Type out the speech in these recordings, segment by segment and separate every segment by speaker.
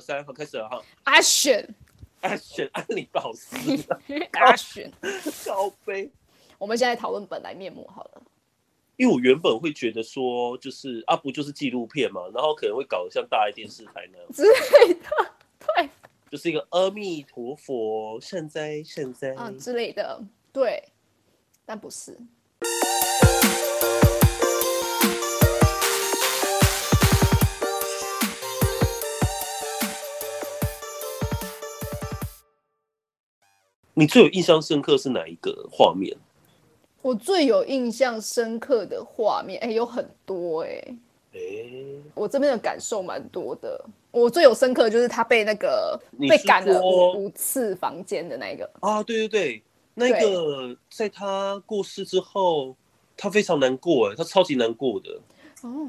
Speaker 1: 山和开始了哈，
Speaker 2: 阿选，
Speaker 1: 安选安妮宝斯
Speaker 2: 阿选，
Speaker 1: 高飞。
Speaker 2: 我们现在讨论本来面目好了。
Speaker 1: 因为我原本会觉得说，就是啊，不就是纪录片嘛，然后可能会搞得像大爱电视台那样，
Speaker 2: 之类的，对，
Speaker 1: 就是一个阿弥陀佛，善哉善哉。
Speaker 2: 啊之类的，对，但不是。
Speaker 1: 你最有印象深刻是哪一个画面？
Speaker 2: 我最有印象深刻的画面，哎、有很多哎、
Speaker 1: 哎、
Speaker 2: 我这边的感受蛮多的。我最有深刻的就是他被那个
Speaker 1: 你
Speaker 2: 被
Speaker 1: 是
Speaker 2: 赶了
Speaker 1: 说
Speaker 2: 五五次房间的那一个，
Speaker 1: 啊，对对对，那个在他过世之后，他非常难过，哎，他超级难过的。
Speaker 2: 哦，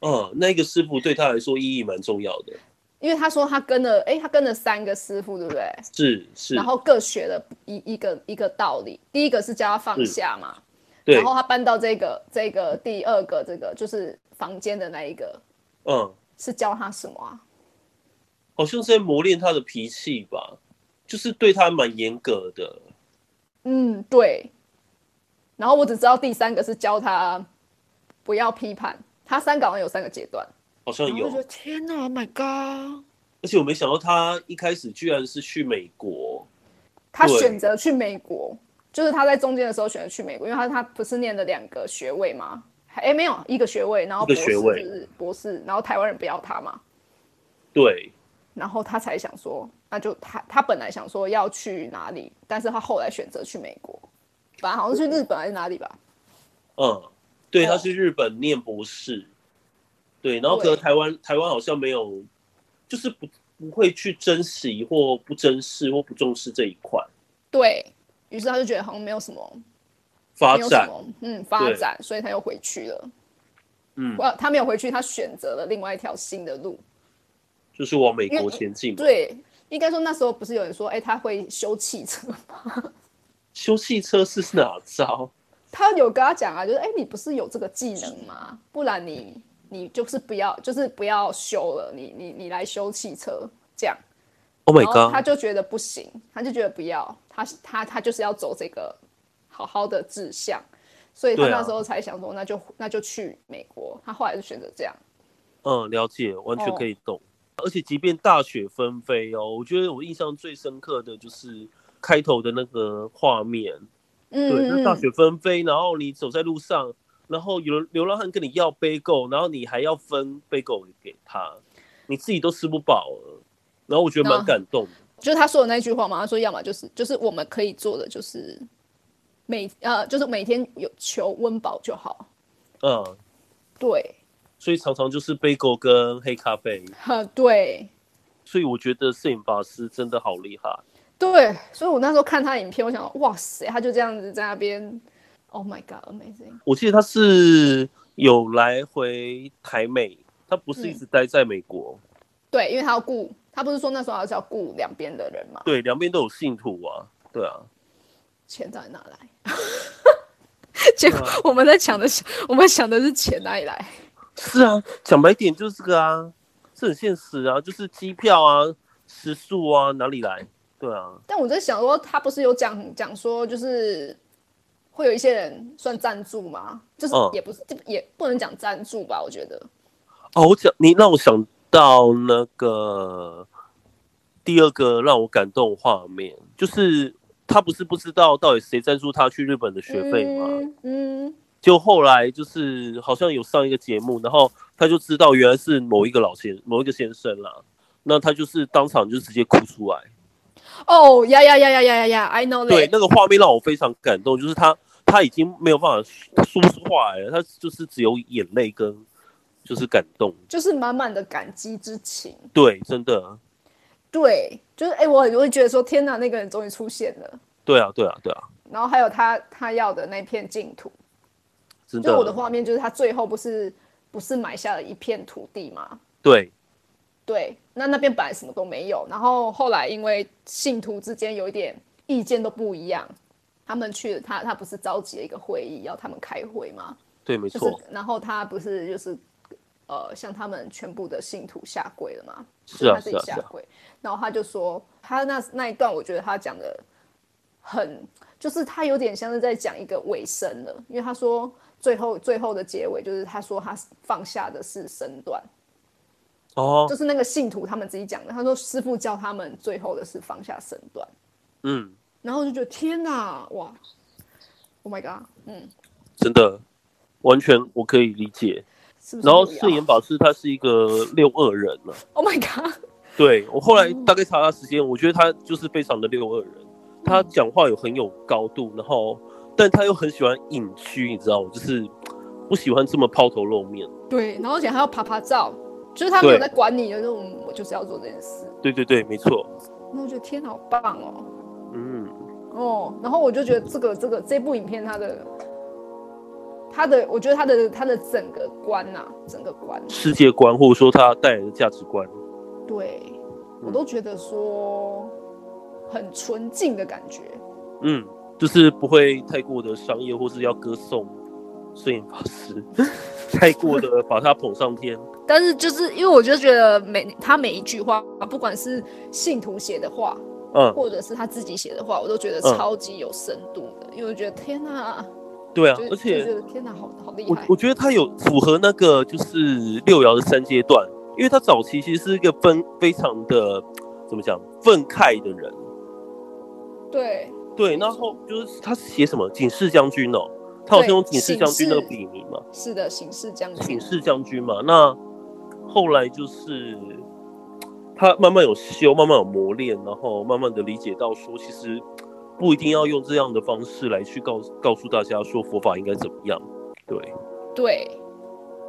Speaker 1: 嗯，那个师傅对他来说意义蛮重要的，
Speaker 2: 因为他说他跟了，哎、他跟了三个师傅，对不对？
Speaker 1: 是是
Speaker 2: 然，后各学了一一个一个道理，第一个是叫他放
Speaker 1: 是
Speaker 2: 下嘛，
Speaker 1: 对
Speaker 2: 然，后他搬到这个这个第二个这个就是房间的那一个
Speaker 1: 嗯，
Speaker 2: 是教他什么啊？
Speaker 1: 好像是在磨练他的脾气吧，就是对他蛮严格的。
Speaker 2: 嗯，对。然后我只知道第三个是教他不要批判，他三个好像有三个阶段，
Speaker 1: 好像
Speaker 3: 然后
Speaker 1: 有
Speaker 3: 我就，觉得天哪，Oh my god！
Speaker 1: 而且我没想到他一开始居然是去美国，
Speaker 2: 他
Speaker 1: 对
Speaker 2: 选择去美国，就是他在中间的时候选择去美国，因为他他不是念了两个学位吗？哎，没有一个学位，然
Speaker 1: 一
Speaker 2: 后
Speaker 1: 个
Speaker 2: 博士
Speaker 1: 学位
Speaker 2: 就是博士，然后台湾人不要他嘛，
Speaker 1: 对，
Speaker 2: 然后他才想说，那就他他本来想说要去哪里，但是他后来选择去美国，反正好像去日本还是哪里吧。
Speaker 1: 嗯，对，
Speaker 2: 哦
Speaker 1: 他去日本念博士，对，然后可能
Speaker 2: 对
Speaker 1: 台湾台湾好像没有，就是不不会去珍惜或不珍视或不重视这一块
Speaker 2: 对于是，他就觉得好像没有什么
Speaker 1: 发
Speaker 2: 没有什
Speaker 1: 展，
Speaker 2: 么，嗯，发
Speaker 1: 对
Speaker 2: 展，所以他又回去了。
Speaker 1: 嗯，
Speaker 2: 不，他没有回去，他选择了另外一条新的路。
Speaker 1: 就是往美
Speaker 2: 因
Speaker 1: 国
Speaker 2: 为
Speaker 1: 前进。，
Speaker 2: 对，应该说那时候不是有人说，哎、他会修汽车，
Speaker 1: 修汽车是哪招？
Speaker 2: 他有跟他讲啊，就是哎、你不是有这个技能吗？不然你你就是不要，就是不要修了，你你你来修汽车这样。
Speaker 1: Oh my
Speaker 2: 然后他
Speaker 1: god！
Speaker 2: 就觉得不行，他就觉得不要，他他他就是要走这个好好的志向，所以他
Speaker 1: 对啊
Speaker 2: 那时候才想说，那就那就去美国。他后来就选择这样。
Speaker 1: 嗯，了解，完全
Speaker 2: 哦
Speaker 1: 可以懂。而且即便大雪纷飞哦，我觉得我印象最深刻的就是开头的那个画面，对，
Speaker 2: 嗯
Speaker 1: 那大
Speaker 2: 嗯，
Speaker 1: 雪纷飞，然后你走在路上，然后有人流浪汉跟你要杯狗，然后你还要分杯狗给他，你自己都吃不饱了，然后我觉得蛮
Speaker 2: 那
Speaker 1: 感动的。
Speaker 2: 就是他说的那句话嘛，他说要么就是就是我们可以做的就是每呃就是每天有求温饱就好。
Speaker 1: 嗯，
Speaker 2: 对，
Speaker 1: 所以常常就是杯狗跟黑咖啡，
Speaker 2: 呵，对
Speaker 1: 所以我觉得摄影法师真的好厉害。
Speaker 2: 对，所以我那时候看他的影片，我想哇塞，他就这样子在那边，Oh my God，amazing。
Speaker 1: 我记得他是有来回台美，他不是一直待在美国，
Speaker 2: 对，因为他要顾，他不是说那时候还是要顾两边的人嘛，
Speaker 1: 对，两边都有信徒啊，对啊，
Speaker 2: 钱到底哪来？ 结果
Speaker 1: 啊
Speaker 2: 我们在抢的是，我们想的是钱哪里来？
Speaker 1: 是啊，讲白点就是这个啊，这很现实啊，就是机票啊、食宿啊，哪里来？对啊，
Speaker 2: 但我在想说，他不是有讲讲说，就是会有一些人算赞助吗？就是
Speaker 1: 嗯
Speaker 2: 也不是，也不能讲赞助吧？我觉得
Speaker 1: 哦，我讲你让我想到那个第二个让我感动的画面，就是他不是不知道到底谁赞助他去日本的学费吗？
Speaker 2: 嗯，嗯
Speaker 1: 就后来就是好像有上一个节目，然后他就知道原来是某一个老先某一个先生啦，那他就是当场就直接哭出来。
Speaker 2: 哦，呀呀呀呀呀呀呀，I know
Speaker 1: 对，
Speaker 2: that。
Speaker 1: 那个画面让我非常感动，就是他他已经没有办法说不出话来了，他就是只有眼泪跟就是感动。
Speaker 2: 就是满满的感激之情，
Speaker 1: 对，真的，
Speaker 2: 对，就是哎、我我会觉得说，天哪，那个人终于出现了。
Speaker 1: 对啊，对啊，对啊，
Speaker 2: 然后还有他他要的那片净土，
Speaker 1: 真
Speaker 2: 就
Speaker 1: 的。
Speaker 2: 我的画面就是他最后不是不是买下了一片土地嘛？
Speaker 1: 对，
Speaker 2: 对，那那边本来什么都没有，然后后来因为信徒之间有一点意见都不一样，他们去他他不是召集了一个会议要他们开会嘛？
Speaker 1: 对，没
Speaker 2: 就是
Speaker 1: 错，
Speaker 2: 然后他不是就是呃向他们全部的信徒下跪了嘛，
Speaker 1: 是啊
Speaker 2: 他自己
Speaker 1: 是啊
Speaker 2: 下
Speaker 1: 是啊
Speaker 2: 跪，然后他就说他那那一段我觉得他讲的很，就是他有点像是在讲一个尾声了，因为他说最后最后的结尾就是他说他放下的是身段，
Speaker 1: 哦
Speaker 2: 就，是那个信徒他们自己讲的，他说师傅教他们最后的是放下身段。
Speaker 1: 嗯，
Speaker 2: 然后我就觉得天哪，哇，Oh my god，嗯，
Speaker 1: 真的完全我可以理解。
Speaker 2: 是不是
Speaker 1: 然后
Speaker 2: 有
Speaker 1: 誓言法师他是一个六二人啊了、
Speaker 2: o h？Oh my god，
Speaker 1: 对我后来大概查他时间，我觉得他就是非常的六二人，他讲话有很有高度，然后但他又很喜欢隐居，你知道吗？就是不喜欢这么抛头露面。
Speaker 2: 对，然后而且还要啪啪照，就是他没有
Speaker 1: 对
Speaker 2: 在管你的那种，我就是要做这件事。
Speaker 1: 对对对，没错。
Speaker 2: 那我觉得天哪好棒哦，
Speaker 1: 嗯，
Speaker 2: 哦，然后我就觉得这个这个这部影片它的它的，我觉得它的它的整个观呐、整个观，
Speaker 1: 世界观或者说他带来的价值观，
Speaker 2: 对我
Speaker 1: 嗯
Speaker 2: 都觉得说很纯净的感觉，
Speaker 1: 嗯，就是不会太过的商业，或是要歌颂摄影法 师，太过的把他捧上天。
Speaker 2: 但是就是因为我就觉得每他每一句话，不管是信徒写的话，
Speaker 1: 嗯，
Speaker 2: 或者是他自己写的话，我都觉得
Speaker 1: 嗯
Speaker 2: 超级有深度的，因为我觉得天哪，
Speaker 1: 对啊
Speaker 2: 就，
Speaker 1: 而
Speaker 2: 就觉
Speaker 1: 且
Speaker 2: 得天哪，好好厉
Speaker 1: 我
Speaker 2: 害
Speaker 1: 我，觉得他有符合那个就是六爻的三阶段，因为他早期其实是一个分非常的怎么讲愤慨的人，
Speaker 2: 对
Speaker 1: 对，然后就是他是写什么警示将军哦，他好像
Speaker 2: 对
Speaker 1: 用警示将军那个
Speaker 2: 警示
Speaker 1: 笔名嘛，
Speaker 2: 是的，形式将
Speaker 1: 请
Speaker 2: 军，
Speaker 1: 示将军嘛。那后来就是他慢慢有修，慢慢有磨练，然后慢慢的理解到说，其实不一定要用这样的方式来去告告诉大家说佛法应该怎么样，对
Speaker 2: 对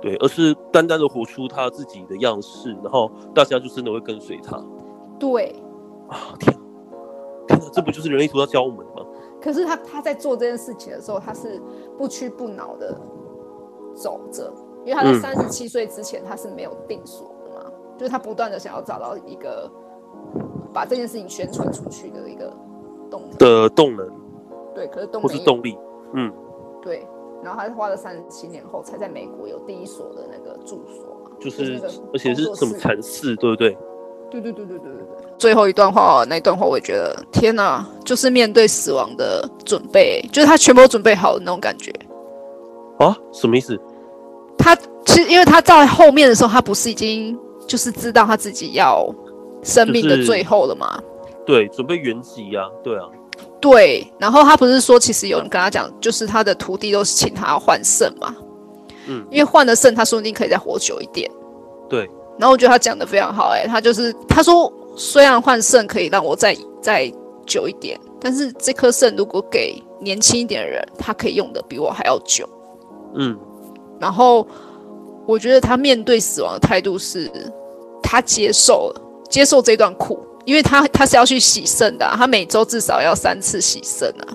Speaker 1: 对，而是单单的活出他自己的样式，然后大家就真的会跟随他
Speaker 2: 对。
Speaker 1: 啊！天啊，天啊，这不就是人类图要教我们的吗？
Speaker 2: 可是他他在做这件事情的时候，他是不屈不挠的走着，因为他在
Speaker 1: 嗯
Speaker 2: 三十七岁之前他是没有定所的嘛，就是他不断的想要找到一个把这件事情宣传出去的一个动力，
Speaker 1: 的动能
Speaker 2: 对，可是都
Speaker 1: 或
Speaker 2: 没
Speaker 1: 是
Speaker 2: 有
Speaker 1: 动力，嗯，
Speaker 2: 对，然后他是花了三十七年后才在美国有第一所的那个住所嘛，
Speaker 1: 就
Speaker 2: 就是
Speaker 1: 是
Speaker 2: 那个
Speaker 1: 而且是
Speaker 2: 工作
Speaker 1: 什么
Speaker 2: 室
Speaker 1: 禅寺，对不对？
Speaker 2: 对对对对对对对。最后一段话，那一段话我也觉得，天哪，就是面对死亡的准备，就是他全部都准备好的那种感觉。
Speaker 1: 啊，什么意思？
Speaker 2: 他其实因为他在后面的时候，他不是已经就是知道他自己要生命的最后了吗？
Speaker 1: 对，准备原籍呀、对啊，
Speaker 2: 对，然后他不是说，其实有人跟他讲，就是他的徒弟都请他换肾嘛，
Speaker 1: 嗯
Speaker 2: 因为换了肾，他说不定可以再活久一点。
Speaker 1: 对，
Speaker 2: 然后我觉得他讲的非常好、欸，哎，他就是他说，虽然换肾可以让我再再久一点，但是这颗肾如果给年轻一点的人，他可以用的比我还要久。
Speaker 1: 嗯，
Speaker 2: 然后我觉得他面对死亡的态度是，他接受了，接受这段苦，因为他他是要去洗肾的啊、他每周至少要三次洗肾啊，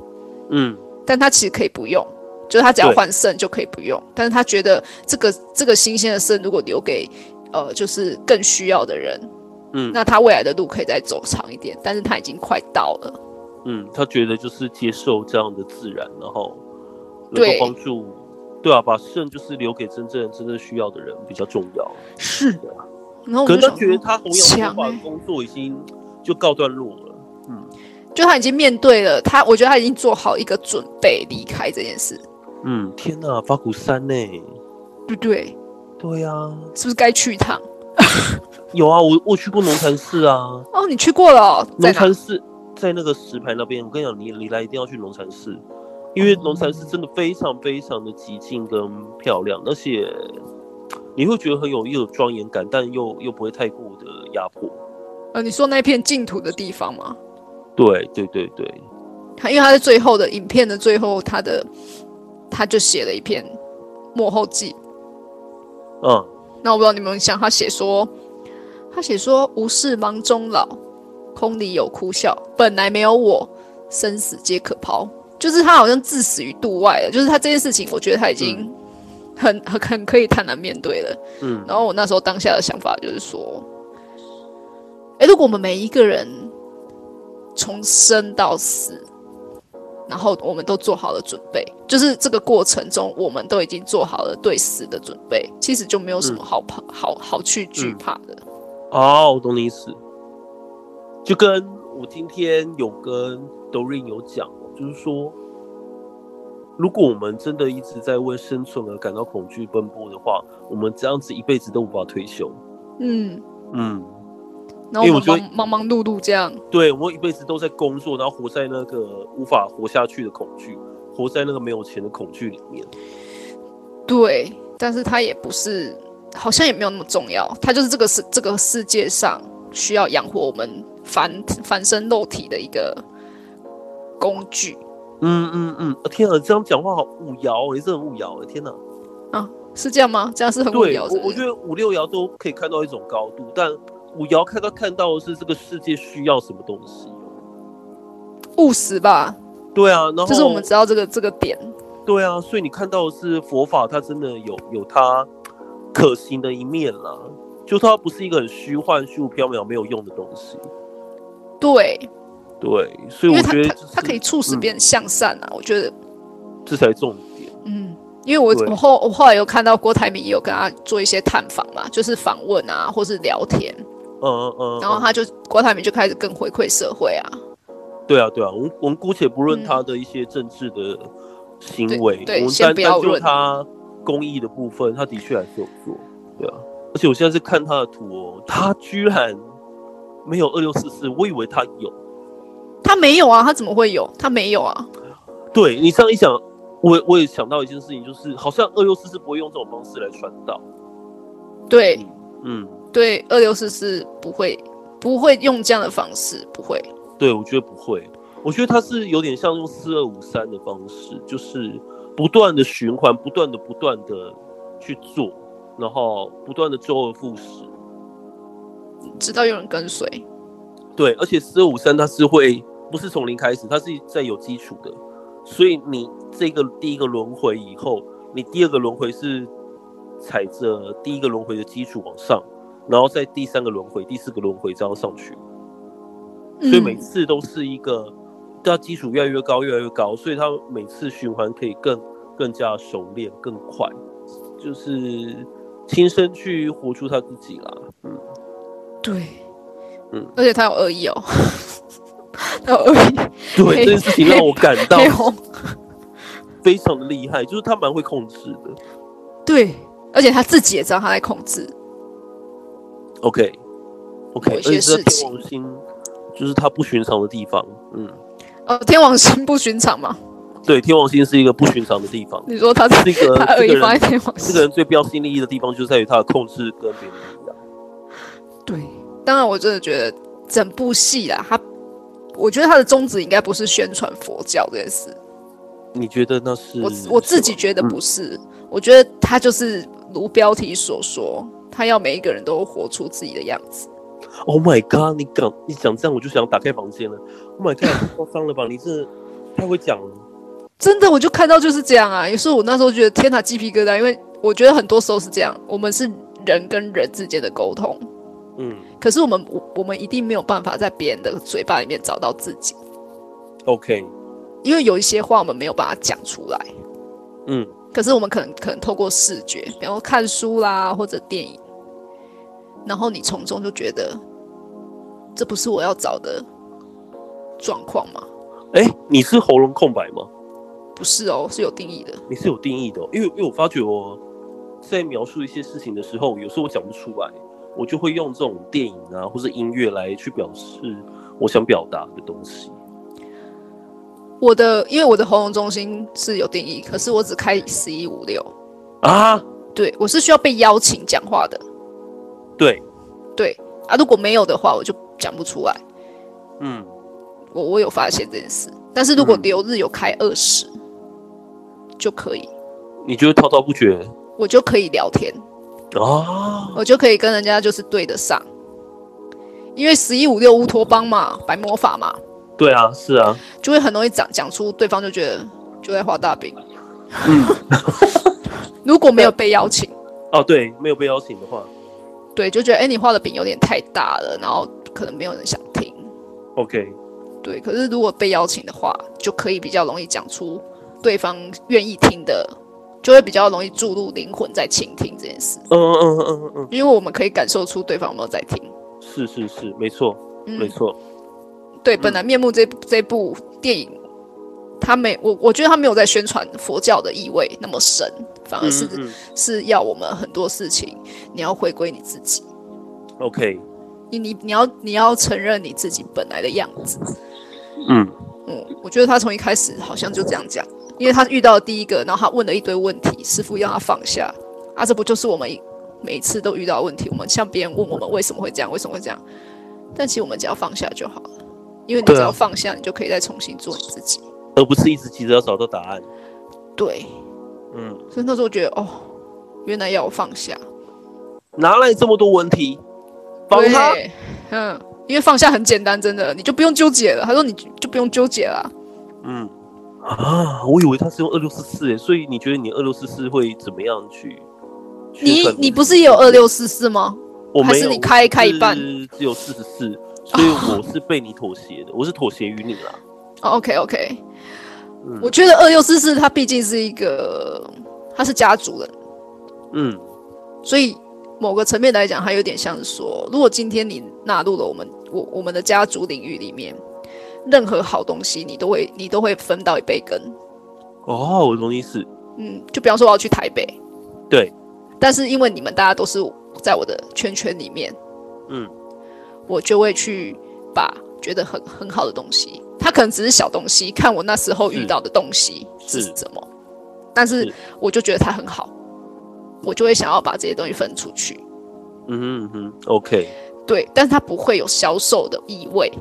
Speaker 1: 嗯，
Speaker 2: 但他其实可以不用，就是他只要
Speaker 1: 对
Speaker 2: 换肾就可以不用，但是他觉得这个这个新鲜的肾如果留给呃就是更需要的人，
Speaker 1: 嗯
Speaker 2: 那他未来的路可以再走长一点，但是他已经快到了。
Speaker 1: 嗯，他觉得就是接受这样的自然，然后能
Speaker 2: 对
Speaker 1: 够帮助，对啊，把肾就是留给真正真正需要的人比较重要。
Speaker 2: 是
Speaker 1: 的，
Speaker 2: 然后我
Speaker 1: 可能
Speaker 2: 们就
Speaker 1: 他
Speaker 2: 想
Speaker 1: 觉得他弘扬
Speaker 2: 强
Speaker 1: 佛法
Speaker 2: 欸
Speaker 1: 的工作已经就告段落了。嗯
Speaker 2: 就他已经面对了他，我觉得他已经做好一个准备离开这件事，
Speaker 1: 嗯，天哪，法鼓山呢、
Speaker 2: 对不对？
Speaker 1: 对啊，
Speaker 2: 是不是该去一趟？
Speaker 1: 有啊，我我去过农禅寺 啊，
Speaker 2: 哦，你去过了哦、在
Speaker 1: 农
Speaker 2: 哪？
Speaker 1: 禅寺在那个石牌那边。我跟你讲，你你来一定要去农禅寺，因为农禅寺真的非常非常的极静跟漂亮，而且你会觉得很有又有庄严感，但又又不会太过的压迫。
Speaker 2: 呃，你说那片净土的地方吗？
Speaker 1: 对对对对，
Speaker 2: 他因为他在最后的影片的最后，他的他就写了一篇幕后记。
Speaker 1: 嗯，
Speaker 2: 那我不知道你们想，他写说，他写说无事忙中老，空里有哭笑，本来没有我，生死皆可抛。就是他好像置死于度外了，就是他这件事情，我觉得他已经很很很可以坦然面对了。
Speaker 1: 嗯
Speaker 2: 然后我那时候当下的想法就是说，哎，如果我们每一个人从生到死，然后我们都做好了准备，就是这个过程中，我们都已经做好了对死的准备，其实就没有什
Speaker 1: 嗯
Speaker 2: 么好怕、好好去惧怕的。
Speaker 1: 哦，我懂你意思。就跟我今天有跟 Doreen 有讲，就是说，如果我们真的一直在为生存而感到恐惧奔波的话，我们这样子一辈子都无法退休。
Speaker 2: 嗯，
Speaker 1: 嗯，
Speaker 2: 然后
Speaker 1: 因为我
Speaker 2: 我们
Speaker 1: 觉得
Speaker 2: 忙忙忙碌碌这样，
Speaker 1: 对我一辈子都在工作，然后活在那个无法活下去的恐惧，活在那个没有钱的恐惧里面。
Speaker 2: 对，但是它也不是，好像也没有那么重要，它就是这个世这个世界上需要养活我们凡凡身肉体的一个工具。
Speaker 1: 嗯嗯嗯，呃天啊，这样讲话好五爻哦，也是很五爻哎，天哪！
Speaker 2: 啊是这样吗？这样是很无
Speaker 1: 对，
Speaker 2: 聊
Speaker 1: 我
Speaker 2: 是不
Speaker 1: 我
Speaker 2: 是
Speaker 1: 觉得五六爻都可以看到一种高度，但五爻看到看到的是这个世界需要什么东西。
Speaker 2: 务实吧，
Speaker 1: 对啊，然后
Speaker 2: 就是我们知道这个这个点。
Speaker 1: 对啊，所以你看到的是佛法，它真的有有它可行的一面啦，就它不是一个很虚幻、虚无缥缈、没有用的东西。
Speaker 2: 对，
Speaker 1: 对，所以我
Speaker 2: 因为它
Speaker 1: 觉得
Speaker 2: 它
Speaker 1: 就是
Speaker 2: 它可以促使
Speaker 1: 嗯
Speaker 2: 别人向善啊，我觉得，
Speaker 1: 这才重点。
Speaker 2: 嗯，因为我
Speaker 1: 对
Speaker 2: 我后我后来有看到郭台铭也有跟他做一些探访嘛，就是访问啊，或是聊天，
Speaker 1: 嗯嗯嗯，
Speaker 2: 然后他就郭台铭就开始更回馈社会啊，
Speaker 1: 对啊对啊，我们我们姑且不论
Speaker 2: 嗯
Speaker 1: 他的一些政治的行
Speaker 2: 对
Speaker 1: 为，
Speaker 2: 对
Speaker 1: 我们
Speaker 2: 先
Speaker 1: 单
Speaker 2: 不要
Speaker 1: 单就
Speaker 2: 论
Speaker 1: 他公益的部分，他的确还是有做，对啊。而且我现在是看他的图哦，他居然没有二六四四，我以为他有。
Speaker 2: 他没有啊，他怎么会有？他没有啊，
Speaker 1: 对你这样一讲，我我也想到一件事情，就是好像二六四四不会用这种方式来传道。
Speaker 2: 对
Speaker 1: 嗯，
Speaker 2: 对，二六四是不会不会用这样的方式，不会，
Speaker 1: 对，我觉得不会，我觉得他是有点像用四二五三的方式，就是不断的循环，不断的不断的去做，然后不断的周而复始。
Speaker 2: 直到有人跟随，
Speaker 1: 对，而且四二五三它是会不是从零开始，它是在有基础的，所以你这个第一个轮回以后，你第二个轮回是踩着第一个轮回的基础往上，然后在第三个轮回、第四个轮回这样上去，所以每
Speaker 2: 嗯、
Speaker 1: 次都是一个，它基础越来越高，越来越高，所以它每次循环可以更更加熟练、更快，就是亲身去活出他自己啦。
Speaker 2: 对，
Speaker 1: 嗯
Speaker 2: 而且他有恶意哦， 他有恶意，
Speaker 1: 对，这件事情让我感 到
Speaker 2: 黑红。
Speaker 1: 非常的厉害，就是他蛮会控制的。
Speaker 2: 对，而且他自己也知道他在控制。
Speaker 1: OK OK，
Speaker 2: 有
Speaker 1: 而
Speaker 2: 一些
Speaker 1: 且这
Speaker 2: 事
Speaker 1: 天
Speaker 2: 情
Speaker 1: 王星就是它不寻常的地方。嗯，
Speaker 2: 哦，天王星不寻常嘛？
Speaker 1: 对，天王星是一个不寻常的地方，
Speaker 2: 你说他在
Speaker 1: 这个
Speaker 2: 他恶
Speaker 1: 这
Speaker 2: 意
Speaker 1: 个
Speaker 2: 放在
Speaker 1: 人
Speaker 2: 天王
Speaker 1: 这个
Speaker 2: 星？
Speaker 1: 人最标新立异的地方，就在于他的控制跟别人不一样。
Speaker 2: 对，当然我真的觉得整部戏啦，他我觉得他的宗旨应该不是宣传佛教这件事，
Speaker 1: 你觉得那是嗯
Speaker 2: 我我自己觉得不是，我觉得他就是如标题所说，他要每一个人都活出自己的样子。
Speaker 1: Oh my god！你讲你讲这样，我就想打开房间了。Oh my god！太夸张了吧？你这太会讲了。
Speaker 2: 真的，我就看到就是这样啊。有时候我那时候觉得天哪，鸡皮疙瘩，因为我觉得很多时候是这样，我们是人跟人之间的沟通，
Speaker 1: 嗯
Speaker 2: 可是我们我我们一定没有办法在别人的嘴巴里面找到自己，
Speaker 1: ，OK，
Speaker 2: 因为有一些话我们没有把它讲出来，
Speaker 1: 嗯
Speaker 2: 可是我们可能可能透过视觉，比方说看书啦或者电影，然后你从中就觉得这不是我要找的状况吗？
Speaker 1: 哎、你是喉咙空白吗？
Speaker 2: 不是哦，是有定义的。
Speaker 1: 你是有定义的哦、因为因为我发觉我在描述一些事情的时候，有时候我讲不出来，我就会用这种电影啊或是音乐来去表示我想表达的东西。
Speaker 2: 我的因为我的喉咙中心是有定义，可是我只开十一五六，
Speaker 1: 啊，
Speaker 2: 对我是需要被邀请讲话的，
Speaker 1: 对，
Speaker 2: 对啊，如果没有的话，我就讲不出来。啊
Speaker 1: 嗯，
Speaker 2: 我我有发现这件事，但是如果
Speaker 1: 嗯
Speaker 2: 留日有开二十、就可以，
Speaker 1: 你就会滔滔不绝
Speaker 2: 我就可以聊天，
Speaker 1: 啊，
Speaker 2: 我就可以跟人家就是对得上，因为十一五六乌托邦嘛，白魔法嘛，
Speaker 1: 对啊，是啊，
Speaker 2: 就会很容易讲讲出对方就觉得就在画大饼。 如果没有被邀请，
Speaker 1: 哦，对，没有被邀请的话
Speaker 2: 对，就觉得哎、诶你画的饼有点太大了，然后可能没有人想听。
Speaker 1: ，OK，
Speaker 2: 对，可是如果被邀请的话，就可以比较容易讲出对方愿意听的，就会比较容易注入灵魂在倾听这件事，
Speaker 1: 嗯嗯嗯嗯嗯，
Speaker 2: 因为我们可以感受出对方有没有在听。
Speaker 1: 是是是，没错
Speaker 2: 嗯，
Speaker 1: 没错，
Speaker 2: 对，
Speaker 1: 嗯
Speaker 2: 《本来面目这》这部电影，他没我我觉得他没有在宣传佛教的意味那么深，反而
Speaker 1: 嗯
Speaker 2: 呃是、
Speaker 1: 嗯嗯
Speaker 2: 是要我们很多事情你要回归你自己，
Speaker 1: ，OK，
Speaker 2: 你你你要你要承认你自己本来的样子。
Speaker 1: 嗯
Speaker 2: 嗯，我觉得他从一开始好像就这样讲，因为他遇到第一个，然后他问了一堆问题，师傅让他放下啊，这不就是我们一每一次都遇到的问题？我们向别人问我们为什么会这样，为什么会这样，但其实我们只要放下就好了，因为你
Speaker 1: 对啊
Speaker 2: 只要放下，你就可以再重新做你自己。
Speaker 1: 而不是一直急着要找到答案，
Speaker 2: 对，
Speaker 1: 嗯，
Speaker 2: 所以那时候我觉得哦，原来要我放下，
Speaker 1: 哪来这么多问题？帮
Speaker 2: 对，
Speaker 1: 他，
Speaker 2: 嗯，因为放下很简单，真的，你就不用纠结了。他说你就就不用纠结了，
Speaker 1: 嗯啊，我以为他是用二六四四，所以你觉得你二六四四会怎么样去？去
Speaker 2: 你
Speaker 1: 衡
Speaker 2: 你不是也有二六四四吗？
Speaker 1: 我
Speaker 2: 还
Speaker 1: 没
Speaker 2: 是
Speaker 1: 有，
Speaker 2: 你开开一半
Speaker 1: 是只有四十四，所以我是被你妥协的，我是妥协于你啦。
Speaker 2: 哦，OK OK，
Speaker 1: 嗯
Speaker 2: 我觉得二六四四它毕竟是一个，它是家族人，
Speaker 1: 嗯
Speaker 2: 所以某个层面来讲，它有点像是说，如果今天你纳入了我们我我们的家族领域里面，任何好东西你都会你都会分到一杯羹。
Speaker 1: 哦，我懂意思。
Speaker 2: 嗯，就比方说我要去台北，
Speaker 1: 对，
Speaker 2: 但是因为你们大家都是在我的圈圈里面，
Speaker 1: 嗯，
Speaker 2: 我就会去把觉得很很好的东西，它可能只是小东西，看我那时候遇
Speaker 1: 是
Speaker 2: 到的东西是
Speaker 1: 是
Speaker 2: 什么，但是
Speaker 1: 是
Speaker 2: 我就觉得它很好，我就会想要把这些东西分出去。
Speaker 1: 嗯哼嗯哼，OK，
Speaker 2: 对，但是它不会有销售的意味，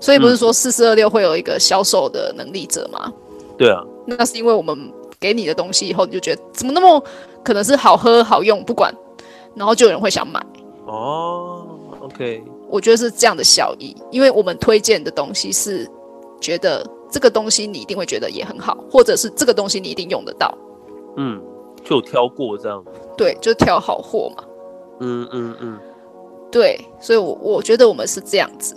Speaker 2: 所以不是
Speaker 1: 嗯
Speaker 2: 说四四二六会有一个销售的能力者吗？
Speaker 1: 对啊，
Speaker 2: 那是因为我们给你的东西以后，你就觉得怎么那么可能是好喝好用，不管，然后就有人会想买。
Speaker 1: 哦，OK，
Speaker 2: 我觉得是这样的效益，因为我们推荐的东西是觉得这个东西你一定会觉得也很好，或者是这个东西你一定用得到，
Speaker 1: 嗯，就有挑过这样，
Speaker 2: 对，就是挑好货嘛，
Speaker 1: 嗯嗯嗯
Speaker 2: 对，所以我我觉得我们是这样子，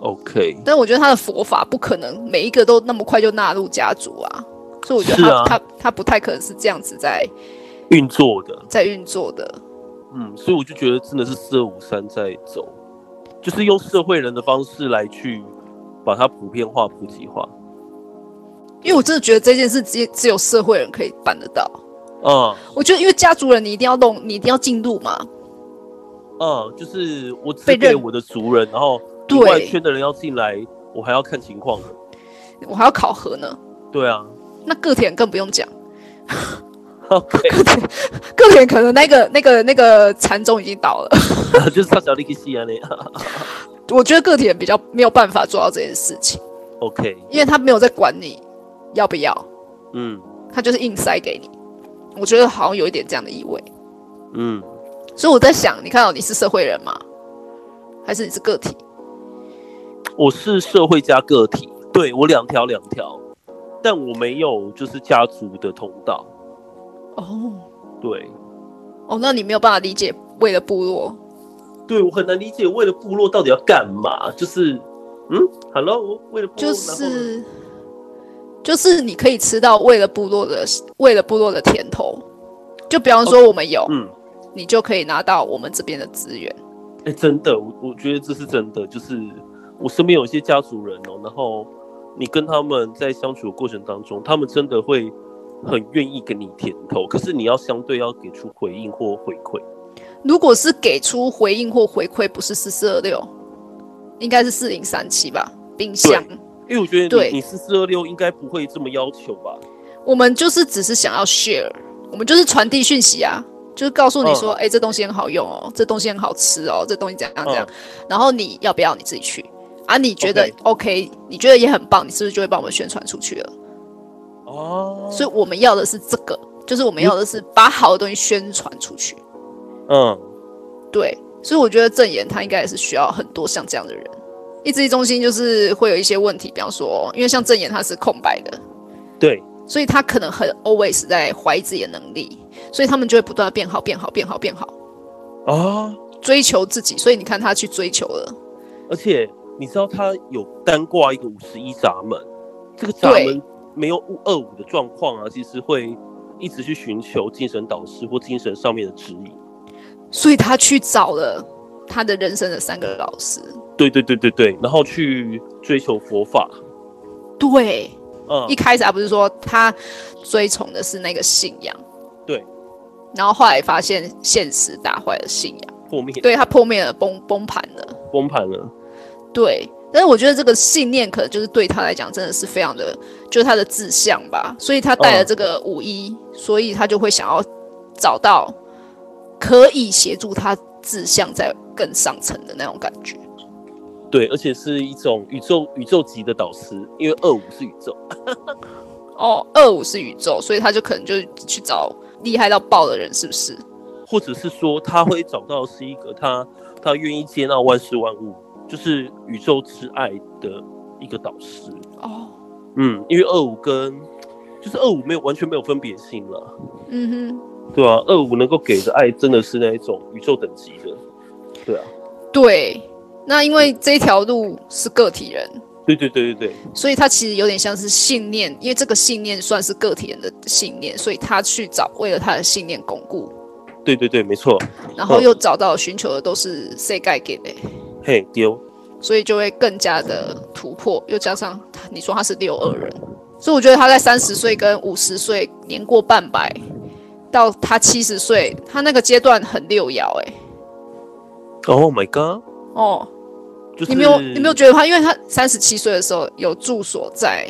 Speaker 1: ，OK，
Speaker 2: 但我觉得他的佛法不可能每一个都那么快就纳入家族啊，所以我觉得
Speaker 1: 是
Speaker 2: 他、
Speaker 1: 啊
Speaker 2: 他他不太可能是这样子在
Speaker 1: 运作的，
Speaker 2: 在运作的，
Speaker 1: 嗯，所以我就觉得真的是四二五三在走，就是用社会人的方式来去把它普遍化、普及化。
Speaker 2: 因为我真的觉得这件事只只有社会人可以办得到，
Speaker 1: 嗯
Speaker 2: 我觉得因为家族人你一定要弄，你一定要进入嘛，
Speaker 1: 嗯，就是我只
Speaker 2: 被
Speaker 1: 给
Speaker 2: 认
Speaker 1: 我的族人，然后
Speaker 2: 对
Speaker 1: 外圈的人要进来，我还要看情况的。
Speaker 2: 我还要考核呢，
Speaker 1: 对啊
Speaker 2: 那个体人更不用讲。
Speaker 1: ，OK，
Speaker 2: 个人可能那个那个那个禅宗已经倒了，
Speaker 1: 就是他小力气西安那样。
Speaker 2: 我觉得个体人比较没有办法做到这件事情，
Speaker 1: OK，
Speaker 2: 因为他没有在管你要不要，
Speaker 1: 嗯
Speaker 2: 他就是硬塞给你。我觉得好像有一点这样的意味，
Speaker 1: 嗯，
Speaker 2: 所以我在想，你看到你是社会人吗？还是你是个体？
Speaker 1: 我是社会加个体，对我两条两条，但我没有就是家族的通道。
Speaker 2: 哦
Speaker 1: 对，
Speaker 2: 哦，那你没有办法理解为了部落，
Speaker 1: 对我很难理解，为了部落到底要干嘛？就是，嗯，Hello，为了部落，
Speaker 2: 就
Speaker 1: 然后呢
Speaker 2: 是就是你可以吃到为了部落的为了部落的甜头，就比方说我们有，
Speaker 1: 嗯，
Speaker 2: 你就可以拿到我们这边的资源。
Speaker 1: 哎、真的，我我觉得这是真的，就是我身边有一些家族人哦，然后你跟他们在相处的过程当中，他们真的会很愿意给你甜头，可是你要相对要给出回应或回馈。
Speaker 2: 如果是给出回应或回馈，不是四四二六，应该是四零三七吧？冰箱，
Speaker 1: 因为我觉得
Speaker 2: 对
Speaker 1: 你你四四二六应该不会这么要求吧？
Speaker 2: 我们就是只是想要 share，我们就是传递讯息啊，就是告诉
Speaker 1: 嗯
Speaker 2: 你说，哎、这东西很好用哦，这东西很好吃哦，这东西怎样怎样，
Speaker 1: 嗯
Speaker 2: 然后你要不要你自己去啊？你觉得 OK，你觉得也很棒，你是不是就会帮我们宣传出去了？
Speaker 1: 哦，
Speaker 2: 所以我们要的是这个，就是我们要的是把好的东西宣传出去。
Speaker 1: 嗯，
Speaker 2: 对，所以我觉得正言他应该也是需要很多像这样的人。一直一中心就是会有一些问题，比方说，因为像正言他是空白的，
Speaker 1: 对，
Speaker 2: 所以他可能很 always 在怀疑自己的能力，所以他们就会不断的变好、变好、变好、变好，
Speaker 1: 啊，
Speaker 2: 追求自己。所以你看他去追求了，
Speaker 1: 而且你知道他有单挂一个五十一闸门，这个闸
Speaker 2: 对
Speaker 1: 门没有五二五的状况啊，其实会一直去寻求精神导师或精神上面的指引。
Speaker 2: 所以他去找了他的人生的三个老师。
Speaker 1: 对对对对对，然后去追求佛法。
Speaker 2: 对，
Speaker 1: 嗯
Speaker 2: 一，开始他不是说他追崇的是那个信仰，
Speaker 1: 对，
Speaker 2: 然后后来发现现实打坏了信仰，
Speaker 1: 破灭
Speaker 2: 对他破灭了，崩崩盘了，
Speaker 1: 崩盘了。
Speaker 2: 对。但是我觉得这个信念可能就是对他来讲真的是非常的，就是他的志向吧。所以他带了
Speaker 1: 嗯
Speaker 2: 这个五一、所以他就会想要找到可以协助他志向在更上层的那种感觉。
Speaker 1: 对，而且是一种宇宙宇宙级的导师，因为二五是宇宙。
Speaker 2: 哦，二五是宇宙，所以他就可能就去找厉害到爆的人，是不是？
Speaker 1: 或者是说他会找到是一个他他愿意接纳万事万物，就是宇宙之爱的一个导师。
Speaker 2: 哦，
Speaker 1: 嗯，因为二五跟就是二五没有完全没有分别性了，
Speaker 2: 嗯哼，
Speaker 1: 对啊，二五能够给的爱真的是那一种宇宙等级的，对啊，
Speaker 2: 对。那因为这条路是个体人，
Speaker 1: 对对对对对，
Speaker 2: 所以他其实有点像是信念，因为这个信念算是个体人的信念，所以他去找为了他的信念巩固，
Speaker 1: 对对对，没错，
Speaker 2: 然后又找到寻求的都是 C 盖给的，
Speaker 1: 嘿丢，
Speaker 2: 所以就会更加的突破。又加上他你说他是六二人，所以我觉得他在三十岁跟五十岁年过半百，到他七十岁，他那个阶段很六爻哎、
Speaker 1: ，Oh my god，
Speaker 2: 哦，
Speaker 1: 就是
Speaker 2: 你没有你没有觉得他，因为他三十七岁的时候有住所在，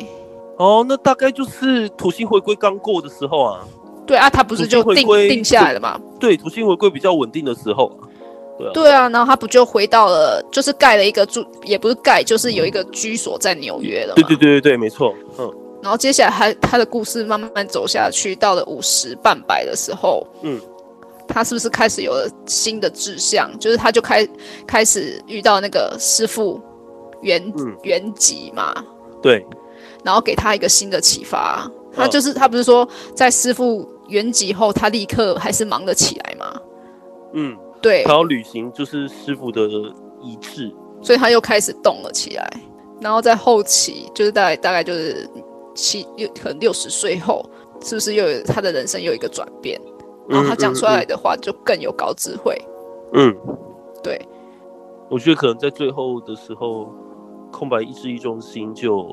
Speaker 1: 哦，那大概就是土星回归刚过的时候啊，
Speaker 2: 对啊，他不是就
Speaker 1: 土地
Speaker 2: 定
Speaker 1: 回归
Speaker 2: 定下来了嘛？
Speaker 1: 对，土星回归比较稳定的时候啊，对啊，
Speaker 2: 对啊，然后他不就回到了，就是盖了一个住，也不是盖，就是有一个居所在纽约了嘛。
Speaker 1: 对对对对对，没错，嗯
Speaker 2: 然后接下来他他的故事慢慢走下去，到了五十半百的时候，
Speaker 1: 嗯，
Speaker 2: 他是不是开始有了新的志向？就是他就开开始遇到那个师傅原、
Speaker 1: 嗯
Speaker 2: 原籍嘛，
Speaker 1: 对，
Speaker 2: 然后给他一个新的启发。他
Speaker 1: 嗯
Speaker 2: 就是、他不是说在师傅原籍后，他立刻还是忙了起来嘛？
Speaker 1: 嗯。
Speaker 2: 对，
Speaker 1: 他要履行就是师傅的遗志。
Speaker 2: 所以他又开始动了起来。然后在后期，就是大概大概就是七六可能六十岁后，是不是又有他的人生又有一个转变？然哦后他讲出来的话就更有高智慧。
Speaker 1: 嗯，嗯嗯
Speaker 2: 对，
Speaker 1: 我觉得可能在最后的时候，空白意志一中心就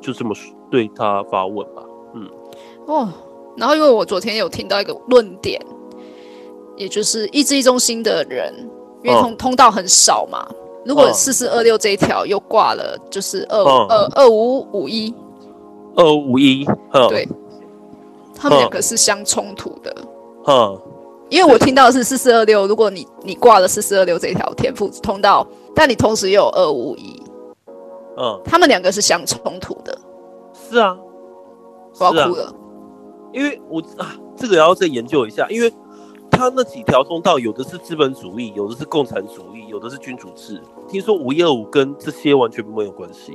Speaker 1: 就这么对他发问吧。
Speaker 2: 哦，然后因为我昨天有听到一个论点，也就是意志力中心的人，因为
Speaker 1: 哦
Speaker 2: 通、通道很少嘛，如果
Speaker 1: 哦
Speaker 2: 四四二六这一条又挂了，就是二
Speaker 1: 哦
Speaker 2: 二二五五一，
Speaker 1: 二五一，哈，
Speaker 2: 对他们
Speaker 1: 哦
Speaker 2: 两个是相冲突的。
Speaker 1: 哈，
Speaker 2: 因为我听到的是四四二六，如果你你挂了四四二六这条天赋通道，但你同时又有二五一，
Speaker 1: 嗯，
Speaker 2: 他们两个是相冲突的。
Speaker 1: 是啊，
Speaker 2: 我要
Speaker 1: 是啊
Speaker 2: 哭了，
Speaker 1: 因为我啊，这个要再研究一下，因为他那几条通道，有的是资本主义，有的是共产主义，有的是君主制。听说五一二五跟这些完全没有关系，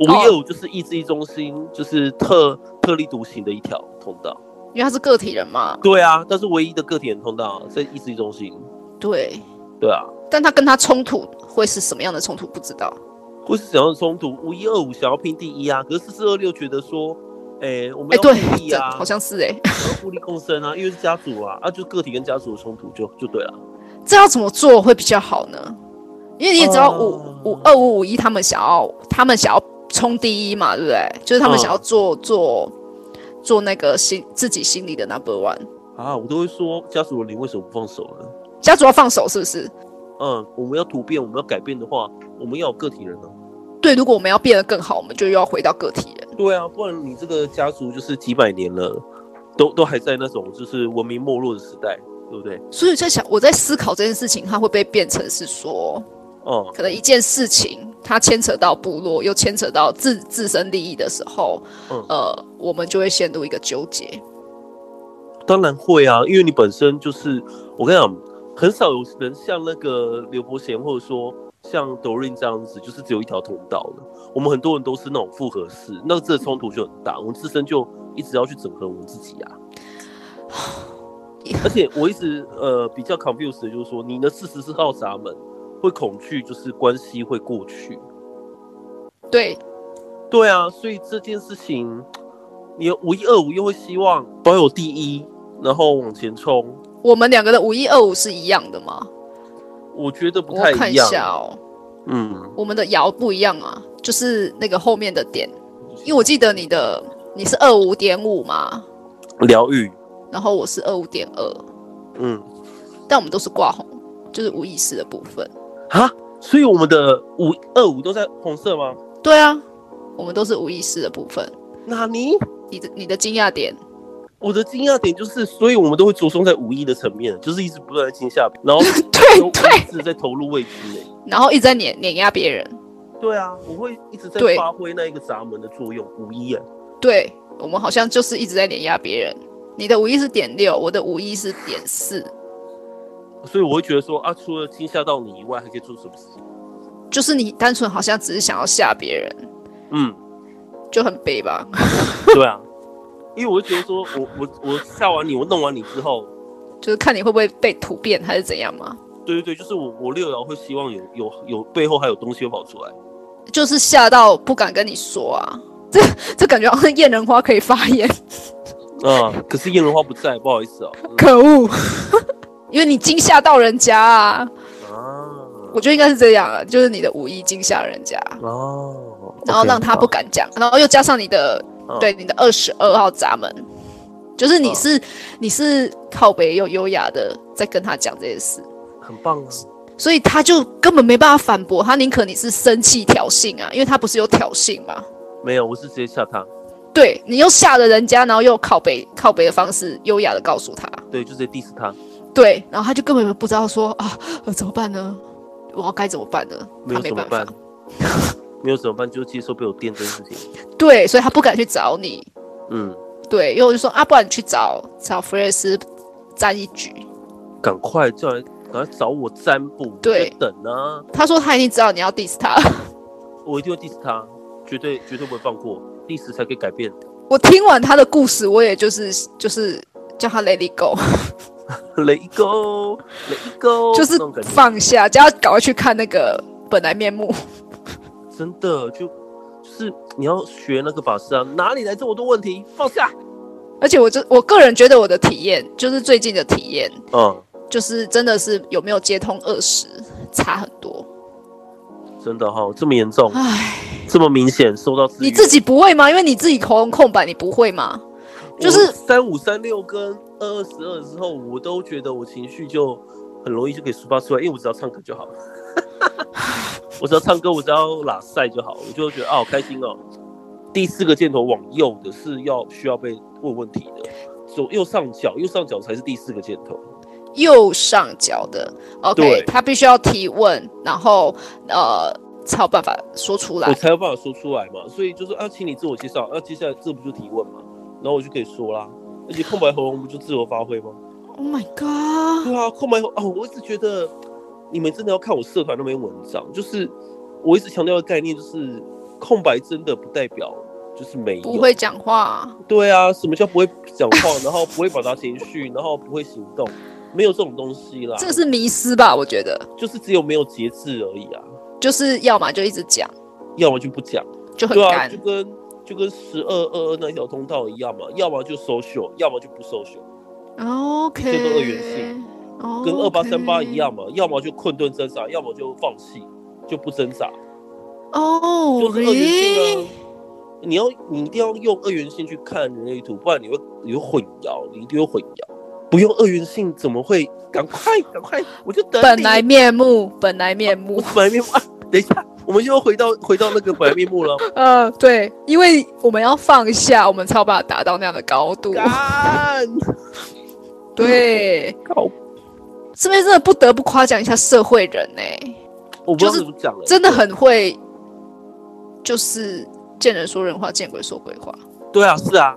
Speaker 1: 五一
Speaker 2: 哦
Speaker 1: 二五就是意志力中心，就是特特立独行的一条通道。
Speaker 2: 因为他是个体人嘛，
Speaker 1: 对啊，但是唯一的个体人通道在意志力中心。
Speaker 2: 对，
Speaker 1: 对啊，
Speaker 2: 但他跟他冲突会是什么样的冲突不知道。
Speaker 1: 或是想要冲突，五一二五想要拼第一啊，可是四四二六觉得说，哎、我们
Speaker 2: 哎、
Speaker 1: 要
Speaker 2: 对，
Speaker 1: 拼第一
Speaker 2: 这
Speaker 1: 啊，
Speaker 2: 好像是哎、
Speaker 1: 要互利共生啊，因为是家族啊，啊，就个体跟家族的冲突就就对了。
Speaker 2: 这要怎么做会比较好呢？因为你也知道五
Speaker 1: 哦
Speaker 2: 五二五五一他们想要他们想要冲第一嘛，对不对？就是他们
Speaker 1: 嗯
Speaker 2: 想要做、做做那个心自己心里的 number one，
Speaker 1: 啊，我都会说家族的零为什么不放手呢？
Speaker 2: 家族要放手是不是？
Speaker 1: 嗯，我们要突变，我们要改变的话，我们要有个体人啊。
Speaker 2: 对，如果我们要变得更好，我们就又要回到个体人。
Speaker 1: 对啊，不然你这个家族就是几百年了，都都还在那种就是文明没落的时代，对不对？
Speaker 2: 所以我在想，我在思考这件事情，它会不会变成是说，
Speaker 1: 嗯，
Speaker 2: 可能一件事情它牵扯到部落，又牵扯到自自身利益的时候，
Speaker 1: 嗯
Speaker 2: 呃，我们就会陷入一个纠结。
Speaker 1: 当然会啊，因为你本身就是我跟你讲，很少有人像那个刘伯贤或者说像 Dorin 这样子，就是只有一条通道的。我们很多人都是那种复合式，那这个冲突就很大，我们自身就一直要去整合我们自己啊。而且我一直呃比较 confused 的就是说，你的四十四号闸门会恐惧，就是关系会过去，
Speaker 2: 对，
Speaker 1: 对啊，所以这件事情，你五一二五又会希望保有第一，然后往前冲，
Speaker 2: 我们两个的五一二五是一样的吗？
Speaker 1: 我觉得不
Speaker 2: 我
Speaker 1: 太
Speaker 2: 看
Speaker 1: 一
Speaker 2: 一
Speaker 1: 样。
Speaker 2: 下哦，
Speaker 1: 嗯，
Speaker 2: 我们的爻不一样啊，就是那个后面的点，因为我记得你的你是二五点五嘛，
Speaker 1: 疗愈，
Speaker 2: 然后我是二五点二，
Speaker 1: 嗯
Speaker 2: 但我们都是挂红，就是无意识的部分。
Speaker 1: 啊，所以我们的五二五都在红色吗？
Speaker 2: 对啊，我们都是无意识的部分。
Speaker 1: 纳尼？
Speaker 2: 你的你的惊讶点，
Speaker 1: 我的惊讶点就是，所以我们都会着重在五一的层面，就是一直不断的惊吓，然 后
Speaker 2: 对
Speaker 1: 都
Speaker 2: 哎对，
Speaker 1: 一直在投入未知、欸。
Speaker 2: 然后一直在碾碾压别人。
Speaker 1: 对啊，我会一直在
Speaker 2: 对
Speaker 1: 发挥那一个闸门的作用，五一啊，
Speaker 2: 对我们好像就是一直在碾压别人。你的五一是点六，我的五一是点四，
Speaker 1: 所以我会觉得说啊，除了惊吓到你以外，还可以做什么事情？
Speaker 2: 就是你单纯好像只是想要吓别人，
Speaker 1: 嗯，
Speaker 2: 就很悲吧？
Speaker 1: 对啊，因为我会觉得说我我我吓完你，我弄完你之后，
Speaker 2: 就是看你会不会被突变还是怎样嘛？
Speaker 1: 对对对，就是我我六爻会希望有有有背后还有东西会跑出来。
Speaker 2: 就是吓到不敢跟你说啊。这这感觉好像艳人花可以发言，
Speaker 1: 啊、可是燕人花不在，不好意思哦、
Speaker 2: 可恶！因为你惊吓到人家啊，
Speaker 1: 嗯啊
Speaker 2: 我觉得应该是这样啊，就是你的五一惊吓人家，
Speaker 1: 哦，
Speaker 2: 然后
Speaker 1: OK，
Speaker 2: 让他
Speaker 1: 好
Speaker 2: 不敢讲，然后又加上你的
Speaker 1: 嗯
Speaker 2: 对你的二十二号闸门，就是你
Speaker 1: 嗯
Speaker 2: 是、你是靠北又优雅的在跟他讲这些事，
Speaker 1: 很棒啊，
Speaker 2: 所以他就根本没办法反驳，他宁可你是生气挑衅啊，因为他不是有挑衅嘛，
Speaker 1: 没有，我是直接吓他，
Speaker 2: 对你又吓了人家，然后又靠北靠北的方式优雅的告诉他，
Speaker 1: 对，就直接 diss 他，
Speaker 2: 对，然后他就根本不知道说啊、呃怎么办呢？我要该怎么办呢？
Speaker 1: 没
Speaker 2: 他
Speaker 1: 有
Speaker 2: 没
Speaker 1: 怎么
Speaker 2: 办法
Speaker 1: 办，？没有怎么办？就接受被我电这件事情。
Speaker 2: 对，所以他不敢去找你，
Speaker 1: 嗯，
Speaker 2: 对，因为我就说啊，不然你去找找弗瑞斯占一局。
Speaker 1: 赶快叫来，赶快找我占卜。我
Speaker 2: 对
Speaker 1: 在等啊，
Speaker 2: 他说他已经知道你要 diss 他，
Speaker 1: 我一定会 diss 他，绝对绝对不会放过，diss 才可以改变。
Speaker 2: 我听完他的故事，我也就是就是叫他 let it go，、
Speaker 1: Let it go，Let it go，
Speaker 2: 就是
Speaker 1: 那种感觉，
Speaker 2: 放下，叫他赶快去看那个本来面目。
Speaker 1: 真的就就是你要学那个法师啊，哪里来这么多问题？放下。
Speaker 2: 而且我就我个人觉得我的体验，就是最近的体验，
Speaker 1: 嗯，
Speaker 2: 就是真的是有没有接通二十差很多。
Speaker 1: 真的哈、这么严重，
Speaker 2: 唉，
Speaker 1: 这么明显，受到
Speaker 2: 啊你自己不会吗？因为你自己喉咙空白，你不会吗？就是
Speaker 1: 三五三六跟二二十二之后，我都觉得我情绪就很容易就可以抒发出来，因为我只要唱歌就好了。 我只要唱歌，我只要拉塞就好，我就会觉得啊，好开心哦。第四个箭头往右的是要需要被问问题的，左右上角，右上角才是第四个箭头。
Speaker 2: 右上角的，OK，
Speaker 1: 对
Speaker 2: 他必须要提问，然后呃才有办法说出
Speaker 1: 我
Speaker 2: 来。
Speaker 1: 才有办法说出来嘛。所以就是啊，请你自我介绍，那、接下来这不就提问嘛，然后我就可以说啦。而且空白喉咙不就自由发挥吗？
Speaker 2: Oh my god！
Speaker 1: 对啊，空白喉哦，我一直觉得你们真的要看我社团那篇文章，就是我一直强调的概念，就是空白真的不代表就是没有。
Speaker 2: 不会讲话，
Speaker 1: 对啊，什么叫不会讲话，然后不会表达情绪，然后不会行动，没有这种东西啦。
Speaker 2: 这个是迷失吧？我觉得
Speaker 1: 就是只有没有节制而已啊，
Speaker 2: 就是要么就一直讲，
Speaker 1: 要么就不讲。
Speaker 2: 就很
Speaker 1: 对啊，
Speaker 2: 干
Speaker 1: 就。跟就跟十二二二那条通道一样嘛，要么就 social，要么就不 social，
Speaker 2: OK，
Speaker 1: 这都二元性跟二八三八一样嘛，要么就困顿挣扎，要么就放弃，就不挣扎，
Speaker 2: 哦。
Speaker 1: 就是二元性
Speaker 2: really？
Speaker 1: 啊。你要你一定要用二元性去看人类图，不然你会你会混淆，你一定会混淆。不用二元性怎么会？赶 快赶快，我就等你。
Speaker 2: 本来面目，本来面 目。
Speaker 1: 本来面目啊，等一下，我们又回到回到那个本来面 目了。
Speaker 2: 呃，对，因为我们要放下，我们才有办法达到那样的 高度。
Speaker 1: 干，
Speaker 2: 对，
Speaker 1: 靠！
Speaker 2: 这边真的不得不夸奖一下社会人哎、
Speaker 1: 我不知道
Speaker 2: 就是
Speaker 1: 怎么讲欸了、
Speaker 2: 真的很会，就是见人说人话，见鬼说鬼话，
Speaker 1: 对啊，是啊，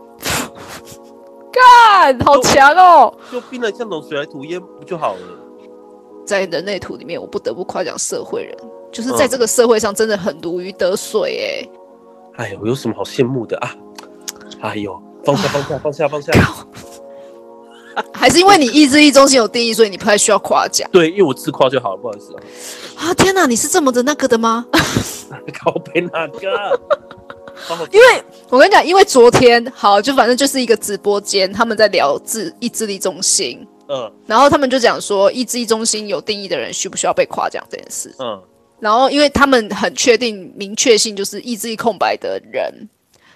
Speaker 2: 干，好强哦！
Speaker 1: 就冰了像种水来土掩不就好了？
Speaker 2: 在人类图里面，我不得不夸奖社会人，就是在这个社会上真的很如鱼得水哎、
Speaker 1: 哎呦， 有什么好羡慕的啊？哎呦，放下，放下，放下，放下！
Speaker 2: 还是因为你意志力中心有定义，所以你不太需要夸奖
Speaker 1: 对，因为我自夸就好了，不好意思啊。
Speaker 2: 啊？天哪，你是这么的那个的吗？
Speaker 1: 靠背哪 个？好好
Speaker 2: 因为 我跟你讲，因为昨天好，就反正就是一个直播间，他们在聊自意志力中心，
Speaker 1: 嗯
Speaker 2: 然后他们就讲说，意志力中心有定义的人需不需要被夸奖这件事。
Speaker 1: 嗯
Speaker 2: 然后，因为他们很确定明确性，就是意志力空白的人，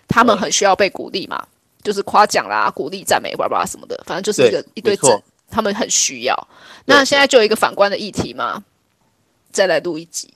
Speaker 2: 他们
Speaker 1: 嗯
Speaker 2: 很需要被鼓励嘛，就是夸奖啦、鼓励、赞美、叭叭什么的，反正就是一个
Speaker 1: 对
Speaker 2: 一堆
Speaker 1: 没错
Speaker 2: 字，他们很需要。
Speaker 1: 对
Speaker 2: 那现在就有一个反观的议题嘛，再来录一集，